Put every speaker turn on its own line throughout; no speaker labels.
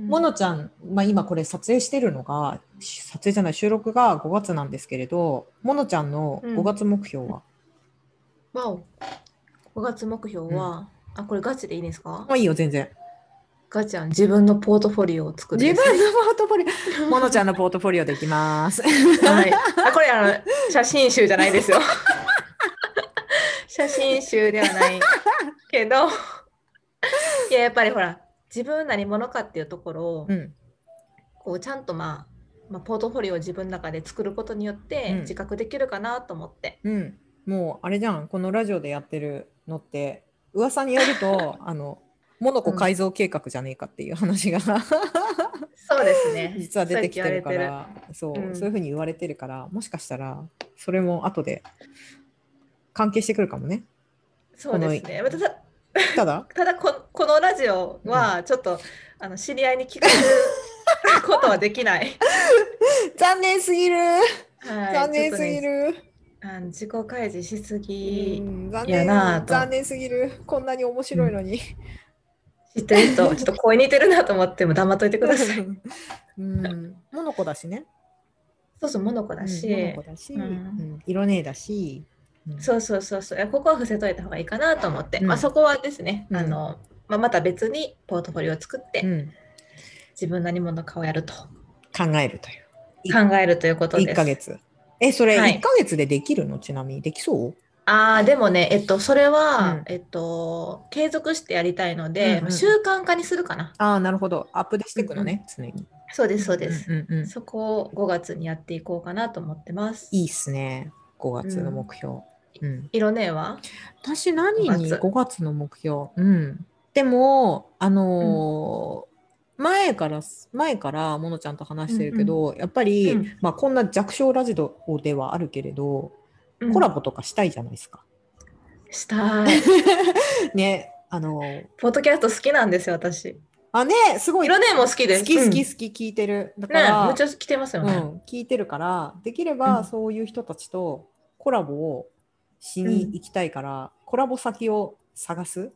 モノちゃん、まあ、今これ撮影してるのが撮影じゃない収録が5月なんですけれどモノちゃんの5月目標は、
わお。5月目標は、あ、これガチでいいですか
まあいいよ全然
ガチゃん、自分のポートフォリオを作る。
自分のポートフォリオモノちゃんのポートフォリオでいきます
はい、あこれあの写真集じゃないですよ。写真集ではないけどいややっぱりほら自分何者かっていうところを、
うん
こうちゃんと、まあ、まあポートフォリオを自分の中で作ることによっ
う
て
ん
自覚できるかなと思って、
うんもうあれじゃんこのラジオでやってるのって噂による とあのモノコ改造計画じゃねえかっていう話 が
そうですね
実は出てきてるか
そうやって言われ
らそう,、
うん
そういうふうに言われてるからもしかしたらそれも後で関係してくるかもね
てるそうですねまたた
ただ
ただここのラジオはちょっと、あの知り合いに聞かせることはできない、
残念すぎる、
はい、
残念す
ちょ
ぎ
っとね
る、
あの自己開示しすぎ、
うん残
いやなあと
念残念すぎるこんなに面白いのに、
知ってる人、ちょっと声似てるなと思っても黙っといてくだ さい。
うんモノコだしね
そうそう、モノコだし、
うんモノコだし、
うん
うん色ねえだし、うん
そうそうそうそういや、ここは伏せといた方がいいかなと思って、
うん
まあそこはですね、
うん
あの、まあ、また別にポートフォリオを作って、
うん
自分何者かをやると
考えるというい
考えるということです。
1ヶ月えそれ
はい
1ヶ月でできるの、ちなみにできそう
ああ、でもね、えっと、それは、
うん
えっと、継続してやりたいの
うん
で、
うん
まあ習慣化にするかな。
ああなるほどアップでしていくのね、常に
そうです、そうです。
んうんうん
そこを5月にやっていこうかなと思ってます。
いいっすね5月の目標、うん
色ねえわ。
私何
五
に
月
5月の目標うんでもあのー前から前からものちゃんと話してるけど、やっぱり、
うん
まあ、こんな弱小ラジオではあるけれど、
うん
コラボとかしたいじゃないで すか。
したい。
ねあのー
ポッドキャスト好きなんですよ、私。
あねすごい
色ねえも好きです。
好き好
うん
き好き聞いてる、だか
ね
ら、
むっちゃ来てますよ
う
ね。
ん、聞いてるからできれ
う
ば
ん
そういう人たちとコラボをしに行きたいから、コラボ先を探す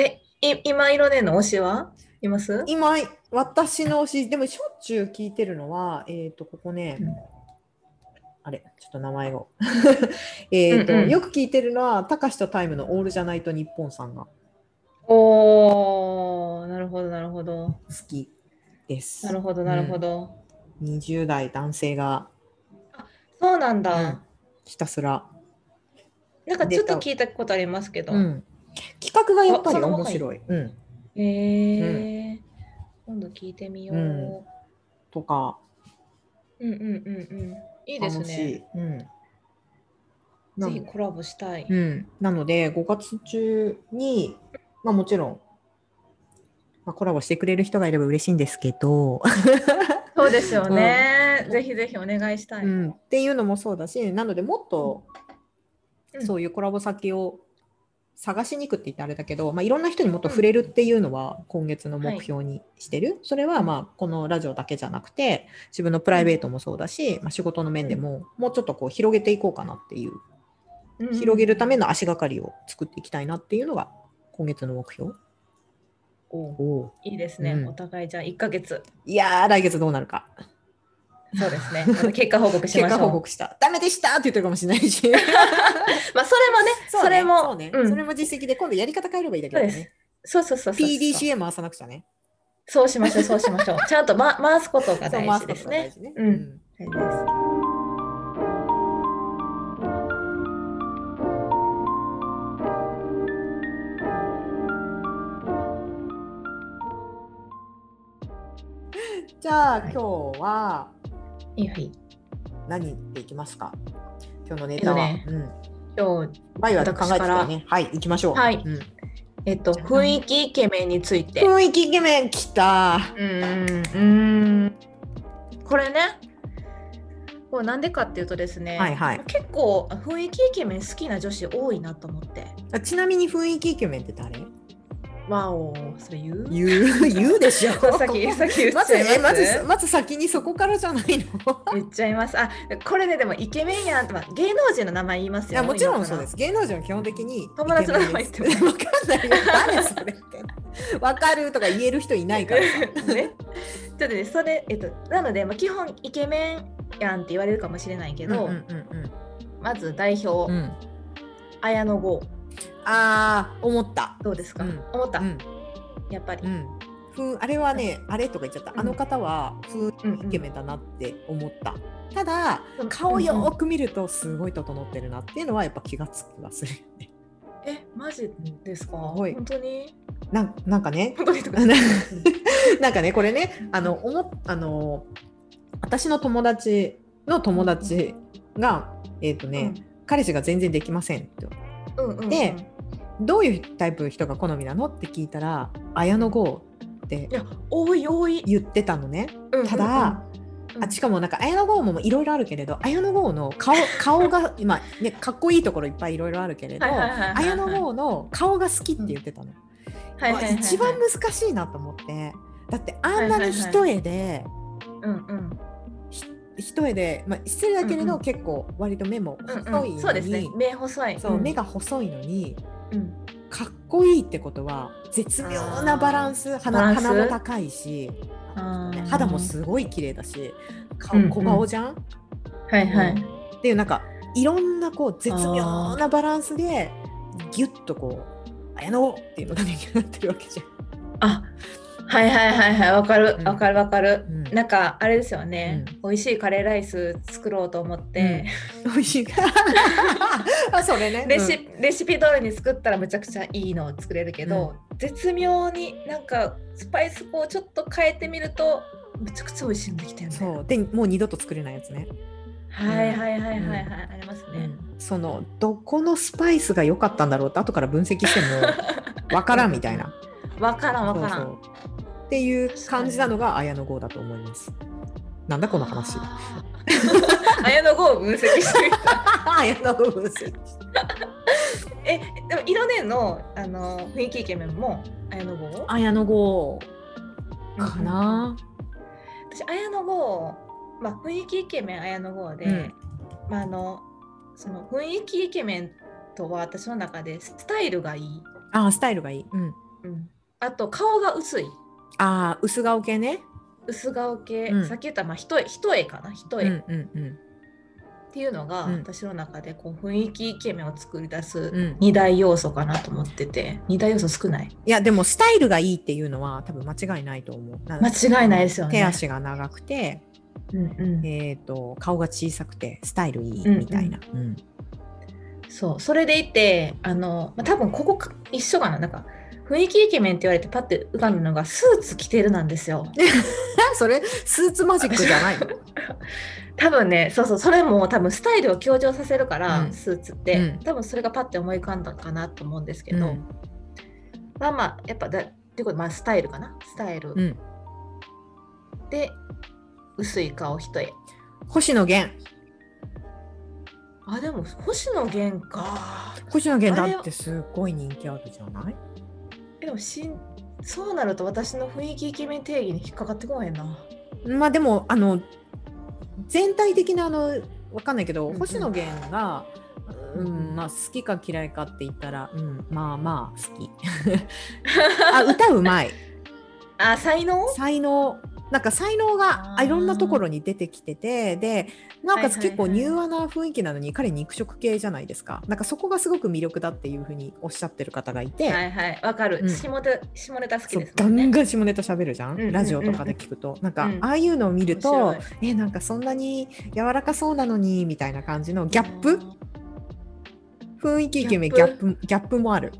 え、い今色ねの推しはいます
今私の推しでもしょっちゅう聞いてるのはえっ、とここね、
うん
あれちょっと名前を えっと、
うんうん
よく聞いてるのはたかしとタイムの「オールじゃないと日本さんが好
おー、なるほど、なるほど。
きです
なるほど、なるほど。
20代男性が、
そうなんだ、
うんひたすら、
なんかちょっと聞いたことありますけど。
うん企画がやっぱり
あその方
面
がいい
白い、うん、
えー今度聞いてみよう。
う
うんん、
とか
うん、うんうんうんいいです
楽しい。
ね。
うんな
ぜひ
の
コラボしたい。
うん、なので、5月中に、まあ、もちろん、まあ、コラボしてくれる人がいれば嬉しいんですけど、
そうですよね、ぜひぜひお願いしたい。
う
うん
ん、っていうのもそうだし、なので、もっと
うん
そういうコラボ先を探しに行くって言ってあれだけど、まあ、いろんな人にもっと触れるっていうのは今月の目標にしてる、それはまあこのラジオだけじゃなくて自分のプライベートもそうだし、まあ、仕事の面でももうちょっとこう広げていこうかなっていう
うんうん
広げるための足がかりを作っていきたいなっていうのが今月の目標。
いいですね、
うん
お互いじゃあ1ヶ月。
いやー来月どうなるか
そうですね。また結果報告し
結
ましょ
果
う。
報告したダメでしたって言ってるかもしれ ないし そ
まあそれもね、それも
うね、
うん
それも実績で今度やり方変えればいいだけだよ
そう
ね
そうそうそうそうそう。
PDCA 回さなくちゃね
そうしましょう、そうしましょう。ちゃんと、ま、回すことが
そう
大事
回す
で
こ
す
とが大
ね。
事ね
うん
じゃあ
はい
今日はい
いはい。
何でいきますか今日のネタは、
えっ
うん、
今日、
バイは考えてたよねはい行きましょう、
はい
うん
えっと、雰囲気イケメンについて。
雰囲気イケメンきた
うーん、うーん。これね、これなんでかっていうとですね、
はいはい
結構雰囲気イケメン好きな女子多いなと思って。
あちなみに雰囲気イケメンって誰
わお、それ言う
言う 言うでしょ
そうさっき、さっき言っちゃい
ま
ま
ずえ
す
まずまず先にそこから じゃないの
言っちゃいます。あ、これね、でもイケメンやんって、まあ、芸能人の名前言います
い
よ、。
やもちろんそうですす芸能人は基本的に
友達の名前言
イ
っ
ケ
て
メン
も
ですわかんないよ誰それってわかるとか言える人いないから さ
ね、 ちょっとね、それ、えっと、なので、まあ、基本イケメンやんって言われるかもしれないけど、
うんうん
まず代表、
うんうん
綾野剛、
あー思った
どうですか、
うん
思った、
うん
やっぱり。
うんふんあれはねあれとか言っちゃった、
うん
あの方はふん
うんうん
イケメンだなって思ったただ
うん
顔よーく見るとすごい整ってるなっていうのはやっぱ気がつくはするよね
え、マジですか
すごい
本当に
なんなんか ね
本当にとか
あの
う
なんかねこれねあのおもあの私の友達の友達がえっ、と
ん
ね、彼氏が全然できませんと
うんうんうん
でどういうタイプの人が好みなのって聞いたら綾野剛って
いや、多い多い。
言ってたのねただ、あしかもなんか綾野剛もいろいろあるけれど綾野剛の 顔顔が今、ね、かっこいいところいっぱいいろいろあるけれど
はいはいはいはいはい
綾野剛の顔が好きって言ってたの、
はいはいはいはい
わ一番難しいなと思ってだってあんなに一重で、
うんうん
一重で、まあ、失礼だけれど、
うんうん
結構割と目も細い
う
の
ん
に、
うん、そうですね目細い
そう目
が、
が細いのに
うん、
かっこいいってことは絶妙なバランス
バラ
鼻
ンス
鼻も高いし、
あー
肌もすごい綺麗だし顔
うんうん
小顔じゃん、
はいはい、
うんっていうなんかいろんなこう絶妙なバランスでギュッとこう綾野剛っていうのが出来上がってるわけじ
あはいはいはいはいわかる
うん
わかるわかる
ゃ、ん。うん
なんかあれですよね、美
う
味しいカレーライス作ろうと思って、
美味しい。 あそれね。
レシレシピ通りに作ったらむちゃくちゃいいのを作れるけど、絶妙になんかスパイスこうちょっと変えてみるとむちゃくちゃ美味しいのできたよ
うん
ね
そうでもう二度と作れないやつね。
はいはいはいはいはい、ありますね、
そのどこのスパイスが良かったんだろうって後から分析して もわからんみたいな。
わからんわからん
そうそうっていう感じなのが綾野剛だと思います。なんだこの話。
あー 綾野剛を分析してみた
綾野剛分析。
えでも色ねのあの雰囲気イケメンも綾野剛
綾野剛かな。
私綾野剛まあ雰囲気イケメン綾野剛で、
うん
まああのその雰囲気イケメンとは私の中でスタイルがいい、
あスタイルがいい。うん。
うん、あと顔が薄い
あ薄顔系ね。
薄顔系、
うん
さっき言ったまあ一重一重かな一
う
重、
ん
っ
うん
ていうのが、
うん
私の中でこう雰囲気イケメンを作り出
うん。
す
うん。
二大要素かなと思ってて二大要素少ない
いやでもスタイルがいいっていうのは多分間違いないと思う。
間違いないですよね
手足が長くて、
うんうん
えー、と顔が小さくてスタイルいいみたいな。うん
そうそれでいてあの、まあ、多分ここか一緒かななんか雰囲気イケメンって言われてパッて浮かんだのがスーツ着てるなんですよ
それスーツマジックじゃないの、
多分ねそうそうそれも多分スタイルを強調させるから、
うん
スーツって、
うん
多分それがパッて思い浮かんだかなと思うんですけ
う
ど、
ん
まあまあやっぱだっていうことまあスタイルかなスタイル、
うん、
で薄い顔一重
星野源
あでも星野源か
星野源だってすごい人気あるじゃない
えでもしんそうなると私の雰囲気イケメン定義に引っかかってこへんな
まあでもあの全体的なあのわかんないけど、
うんうん
星野源が、う
うんん
まあ、好きか嫌いかって言ったら、うん、まあ まあ好きあ歌うまい
あ才能
才能なんか才能が
あー
いろんなところに出てきててでなおかつ
はいはいはい
結構柔和な雰囲気なのに、彼肉食系じゃないですかなんかそこがすごく魅力だっていうふうにおっしゃってる方がいて、
はいはい、わかる、
うん
下ネタ。下ネタ好き
そう
です
ガ
もん
ン
ね。
ガン下ネタ喋るじゃん、
うんうんうん
ラジオとかで聞くとなんか、
うん
ああいうのを見ると
面白
えなんかそんなに柔らかそうなのにみたいな感じのギャップ雰囲気イケメンギ
ギ
ャ
ャ
ッ
ッ
プギャップもある、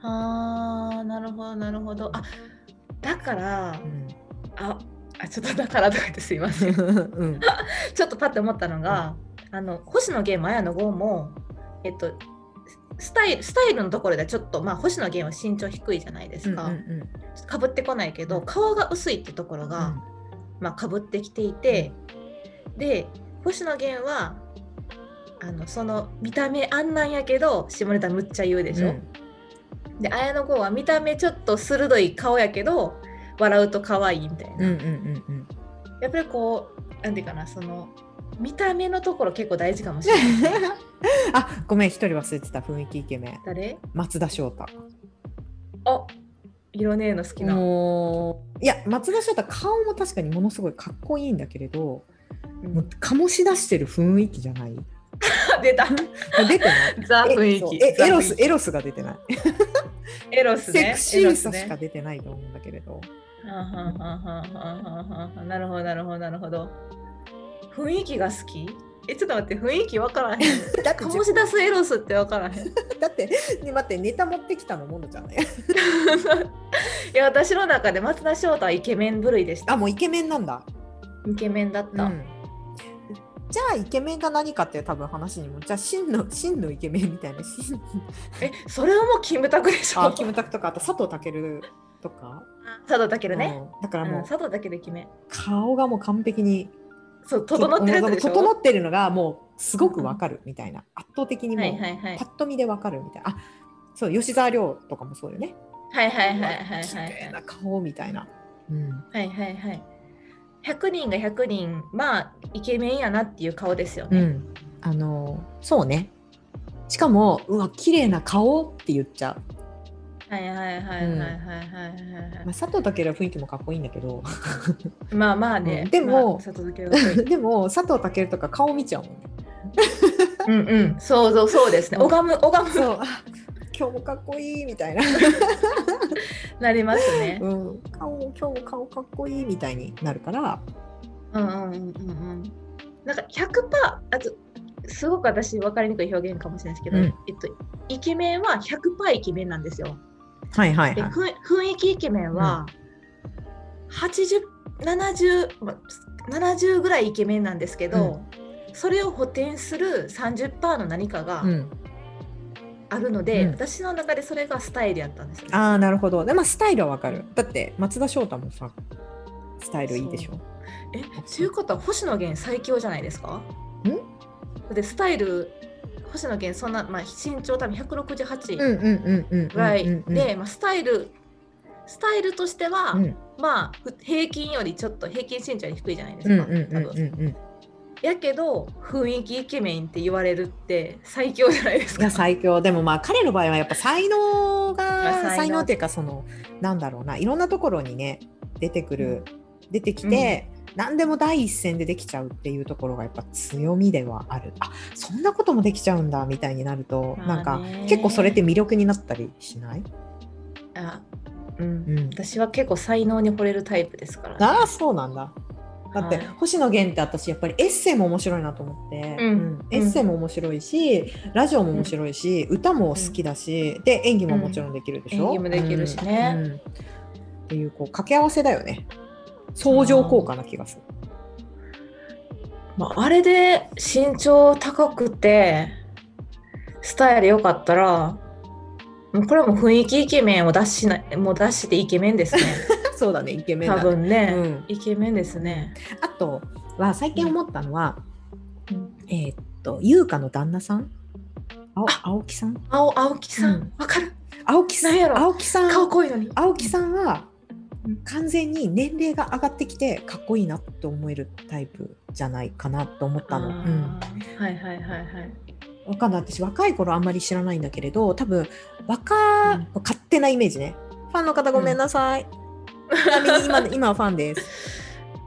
あーなるほどなるほど。あだから
う、ん
ああちょっとだからとか言ってすいま せん。
うん、
ちょっとパッて思ったのが、あの星野源も綾野剛も、えっと、スタイルスタイルのところでちょっと、まあ、星野源は身長低いじゃないですか、
うんうんうん
ちょっとかぶってこないけど顔が薄いってところが、まあ、かぶってきていて、で星野源はあのその見た目あんなんやけど下ネタむっちゃ言うでしょ、
うん
で綾野剛は見た目ちょっと鋭い顔やけど笑うと可愛いみたいな、
うんうんうん うん。
やっぱりこうなんていうかなその見た目のところ結構大事かもしれない
あごめん一人忘れてた雰囲気イケメン
誰
松田翔太。
あ色ねえの好きな、
もういや松田翔太顔も確かにものすごいかっこいいんだけれど、
うん
もう醸し出してる雰囲気じゃない。も
あ出 た
う出てない。
ザ
え
雰囲
そう
気
え
ザ
エロ
雰
ス
囲気
エロスが出てない。
エロス
セ
ね
クシーさ
エロ
し
ス
か
ね
出てないと思うんだけれど。
はんはんはんはんはんはんはんはんなるほどなるほどなるほど雰囲気が好きえちょっと待って雰囲気わからへん
だって
醸し出すエロスってわからへんい
だって、ね、待ってネタ持ってきたのものじゃない。
や私の中で松田翔太はイケメン部類でした
あもうイケメンなんだ。
イケメンだった、
うんじゃあイケメンが何かっていう多分話にもじゃあ真の真のイケメンみ たいな真
えそれはもうキムタクでしょ
あキムタクとかあと佐藤健とか、
佐藤健ね、
うんだから
う
も
ん
う
佐藤健イケメン
顔がもう完璧に
そう整ってるやつでしょ
整ってるのがもうすごくわかるみたいな圧倒的にも
は
う、
いはいはい
パッと見でわかるみたいなあそう吉沢亮とかもそうよね
はいはいはいはい
綺
はい
麗な顔みたいな、うん、
はいはいはい100人が100人まあイケメンやなっていう顔ですよ
う
ね、
ん、あのそうねしかもうわ綺麗な顔って言っちゃ
はいはいはいはいはいはいは
う、
い
ま
は
あ、佐藤健は雰囲気もかっこいいんだけど
いまあまあね、
うんでも
まあ、佐藤健はかっこいい
でも佐藤健とか顔見ちゃうもんね
うんうんそうそうそうですね
うん
拝む拝む
そうあ今日もかっこいいみたいな、
なりますね
うん、顔今日も顔かっこいいみたいになるから
うんうんうんうんうんなんか100%あとすごく私分かりにくい表現かもしれないですけど、
うん
えっと、イケメンは100%イケメンなんですよ。
はいはい
でふん雰囲気イケメンは8070、ま70ぐらいイケメンなんですけど、それを補填する30%の何かが
うん、
あるので、
うん
私の中でそれがスタイルやったんですよね、
ああなるほどで、まあ、スタイルはわかるだって松田翔太もさスタイルいいでしょ
えということは星野源最強じゃないですか
ん
でスタイル星野源そんな、まあ、身長多分168、
んうんうんうん
ぐらいで、
うんうん
まあ、スタイルスタイルとしては、
うん
まあふ平均よりちょっと平均身長より低いじゃないで
うんう
す
ん
か、多
うんうんう
分
ん
やけど雰囲気イケメンって言われるって最強じゃないです
いや
か
最強でもまあ彼の場合はやっぱ才能
あ才
が
能
才能っていうかそのなんだろうないろんなところにね出てくる、出てきて、何でも第一線でできちゃうっていうところがやっぱ強みではあるあそんなこともできちゃうんだみたいになると、
まあね
なんか結構それって魅力になったりしない、
あ、う、
うんん、
私は結構才能に惚れるタイプですから、
ああそうなんだだって、
はい
星野源って私やっぱりエッセイも面白いなと思って、
うん
エッセイも面白いしラジオも面白いし、歌も好きだし、で演技ももちろんできるでしょ、
うん演技もできるしね
うんうんっていうこう掛け合わせだよね相乗効果な気がする
まあ、あれで身長高くてスタイル良かったらもうこれはもう雰囲気イケメンを出しないもう出してイケメン ですね
そうだねイケメン
多
だね
分ね、
うん
イケメンですね
あとは最近思ったのは、
うん
えーっと優香の旦那さん青青木さん
青青木さん
う
わ
ん、
かる
青木さ
なん
ん
やろ
青木さん
顔濃いのに
青木さんは
うん
完全に年齢が上がってきてかっこいいなと思えるタイプじゃないかなと思ったの。うん
あーはいはいはいはい
わかんない私若い頃あんまり知らないんだけれど多分若、
うん
勝手なイメージねファンの方ごめんなさい、ちなみ に今今はファンです、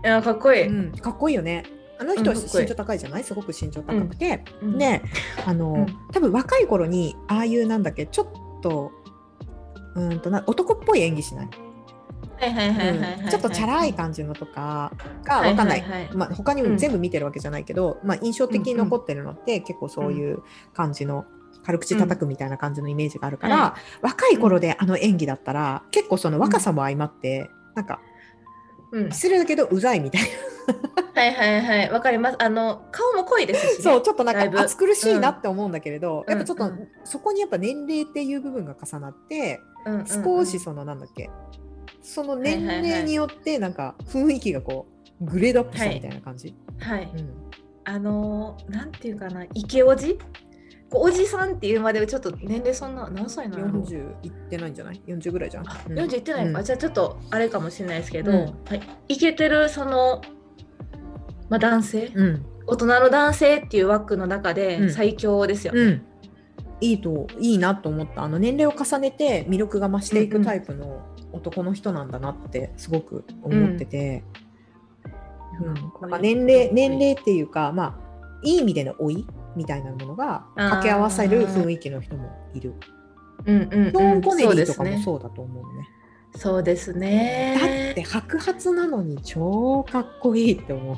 いやかっこいい、
うん、かっこいいよねあの人は
うんかっこいい
身長高いじゃないすごく身長高くて、
うん
であの、
うん
多分若い頃にああいうなんだっけちょっとうーんとな男っぽい演技しない
はいはいはいはいはい、
うんちょっとチャラい感じのとかがわかんない
はいはいはい
まあ他にも全部見てるわけじゃないけど、まあ、印象的に残ってるのって結構そういう感じの軽口叩くみたいな感じのイメージがあるから、若い頃であの演技だったら結構その若さも相まって、なんか
うん、
失礼だけどうざいみたい
はいはいはいわかりますあの顔も濃いですし、
な
ね、
そうちょっとな
だい
ん
ぶ
か暑苦しいなって思うんだけれど、
うん
やっぱちょっと、
うん
そこにやっぱ年齢っていう部分が重なって
うんうんうん
少しそのなんだっけその年
はいはいは
齢
い
によってなんか雰囲気がこうグレードアップしたみたいな感じ。
はい
うん
あのーなんていうかなイケオジこうおじさんっていうまではちょっと年齢そんな何歳なの
40いってないんじゃない ?40 ぐらいじゃん。うん
40いってないのか、
うん
じゃあちょっとあれかもしれないですけど、
うん
はい、いけてるその、まあ、男性、
うん。
大人の男性っていう枠の中
う
で
ん
最強ですよ、
うん。いいと、いいなと思った。あの、年齢を重ねて魅力が増していくタイプの男の人なんだなってすごく思ってて。うんなんか年齢、年齢っていうか、まあ、いい意味での老いみたいなものが掛け合わせる雰囲気の人もいる。
うんうんうん
ショーン・コネリ
そうで
ーと
す
かも
ね
そうだと思うね。
そうです
だっ
ね
て白髪なのに超かっこいいって思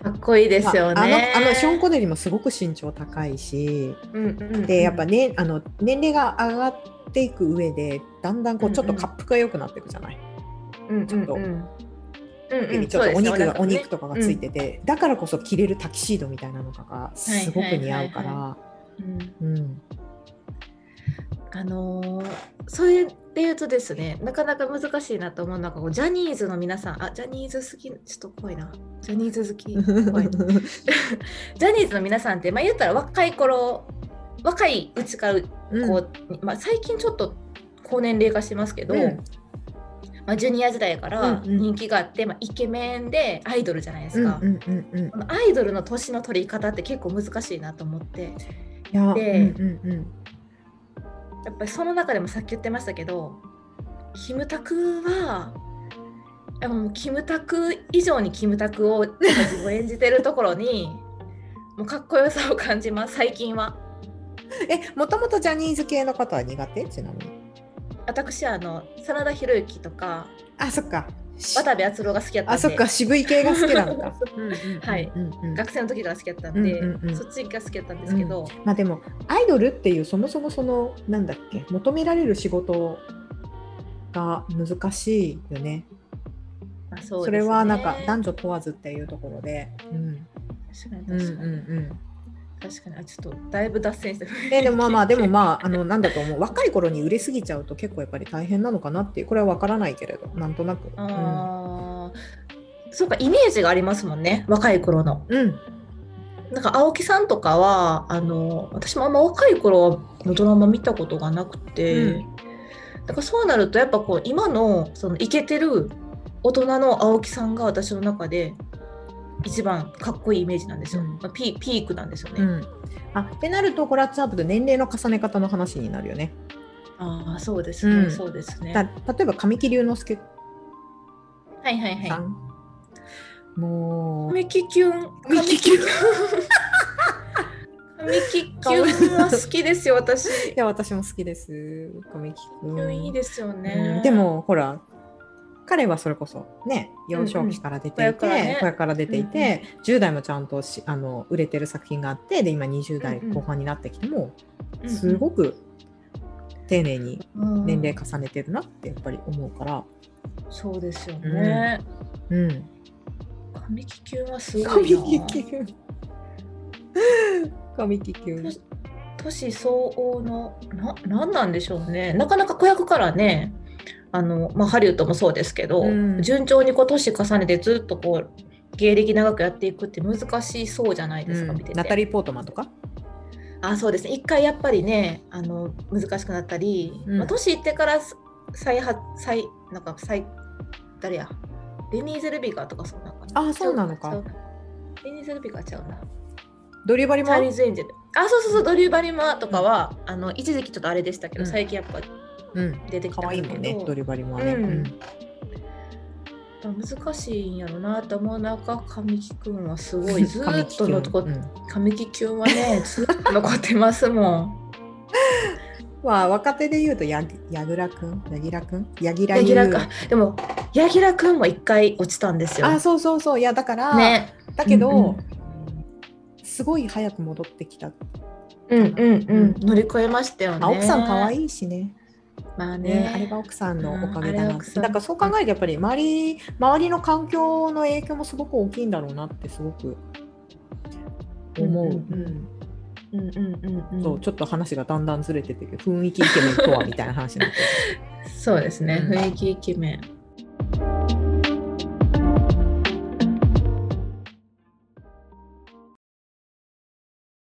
う。
かっこいいですよね、
まああのあのショーン・コネリーもすごく身長高いし、
うんうんうん
でやっぱ、ねあの年齢が上がっていく上でだんだんこ
う
うんちょっと滑腹が良くなっていくじゃない。
うんうんうん、
ちょっと
うんうん
ちょっとお肉
そうですよ
がお肉とかがついてて、だからこそ着れるタキシードみたいなのとかがすごく似合うか
はい
ら。
うん
うん
あのーそれで言うとですねなかなか難しいなと思うのがこうジャニーズの皆さんあジャニーズ好きちょっと怖いなジャニーズ好き怖 いジャニーズの皆さんって、まあ、言ったら若い頃若いうちからこ
うん
う、まあ、最近ちょっと高年齢化してますけど、
うん
まあ、ジュニア時代から
うんうん
人気があって、まあ、イケメンでアイドルじゃないです
うん
か、
うんうんうん
このアイドルの年の取り方って結構難しいなと思って
いや
で
うんうん
やっぱりその中でもさっき言ってましたけどキムタクはやっぱもうキムタク以上にキムタクを 自分を演じてるところにもうかっこよさを感じます最近は
うんえもともとジャニーズ系の方は苦手ちなみに。
私はあの真田広之とか
あそっか。
渡部篤郎が好きだったんで
あそっか渋い系が好きなのか。
はい
うんうんうん
学生の時から好きだったんで、
うんうんうん
そっちが好きだったんですけど、
まあでもアイドルっていうそもそもそのなんだっけ求められる仕事が難しいよね。
まあ
そ
そうですね
れはなんか男女問わずっていうところで。うん
確かに
うんうん
確かに、
うん
確かにあちょっとだいぶ脱線して
えでもまあまあでもまああのなんだと思う若い頃に売れすぎちゃうと結構やっぱり大変なのかなっていうこれは分からないけれどなんとなく。うん
あーそうかイメージがありますもんね若い頃の
うん、
なんか青木さんとかはあの私もあんま若い頃のドラマ見たことがなくて、
うん
だからそうなるとやっぱこう今のそのイケてる大人の青木さんが私の中で一番かっこいいイメージなんですよ、
うん
まあピピークなんですよね、
うんあってなるとこれはちゃんと年齢の重ね方の話になるよね。
ああそうですね、
うん
そうですね
だ
は
例えば神木隆之介
いはいはい
さん、もう
神木キュン
神木キュン
神木キュンは好きですよ 私
いや、私も好きです。神木
キュンいい
君。
ですよ
う
ね
んでも、ほら、彼はそれこそ、ね、幼少期から出ていて、
うんうん
小屋から出ていて、10代もちゃんとしあの売れてる作品があって、で、今20代
うんうん
後半になってきても、すごく丁寧に年齢
か
重ねてるなってやっぱり思うから、
そうですよね、
うん。
神木キュンはすご
神
いな
木君。 神木君。
年相応のななんなんでしょうねなかなか子役からねあの、まあ、ハリウッドもそうですけど、
うん
順調にこう年重ねてずっとこう芸歴長くやっていくって難しそうじゃないですか、
うん
見てて
ナタリー・ポートマンとか
あそうですね一回やっぱりねあの難しくなったり、
うん
まあ、年いってからす再発再なんか再誰やデニーゼルビガーとかそうなのかな
あそうなのか
違うデニーゼルビガーちゃうな
ドリューバリ
チャーリー
も
ズ・エンジェルあそうそうそうドリュー・バリマーとかは、あの一時期ちょっとあれでしたけど、
うん
最近やっぱ
うん。
出てきた
可愛い
だ
も
け
んね、
ど
ドリューバリもね。
うん
う
や
ん
っぱ難しいんやろなと思う中神木くんはす ごいず
神
ーっ
木
と
君
残っ
うん
神木くんはねずーっと残ってますもん
まあ若手で言うとややぐらくんやぎらくん やぎら
柳
ゆう
楽あでも柳楽くんも一回落ちたんですよ
あそうそうそういやだから、
ね
だけど、
うんうん
すごい早く戻ってきた、
うんうんう
うんん
乗り越えましたよね
まあ、奥さん可
い
愛いしね
まあ
ね
ね
あれが奥さんのおかげだ
うんあれ
な
は
っ
奥
て、
さん
だからそう考えるとやっぱり周り周りの環境の影響もすごく大きいんだろうなってすごく思う、
うんうんうんうんうんうん
そうちょっと話がだんだんずれてて雰囲気イケメンとはみたいな話になってる
そうですね
うん
雰囲気イケメン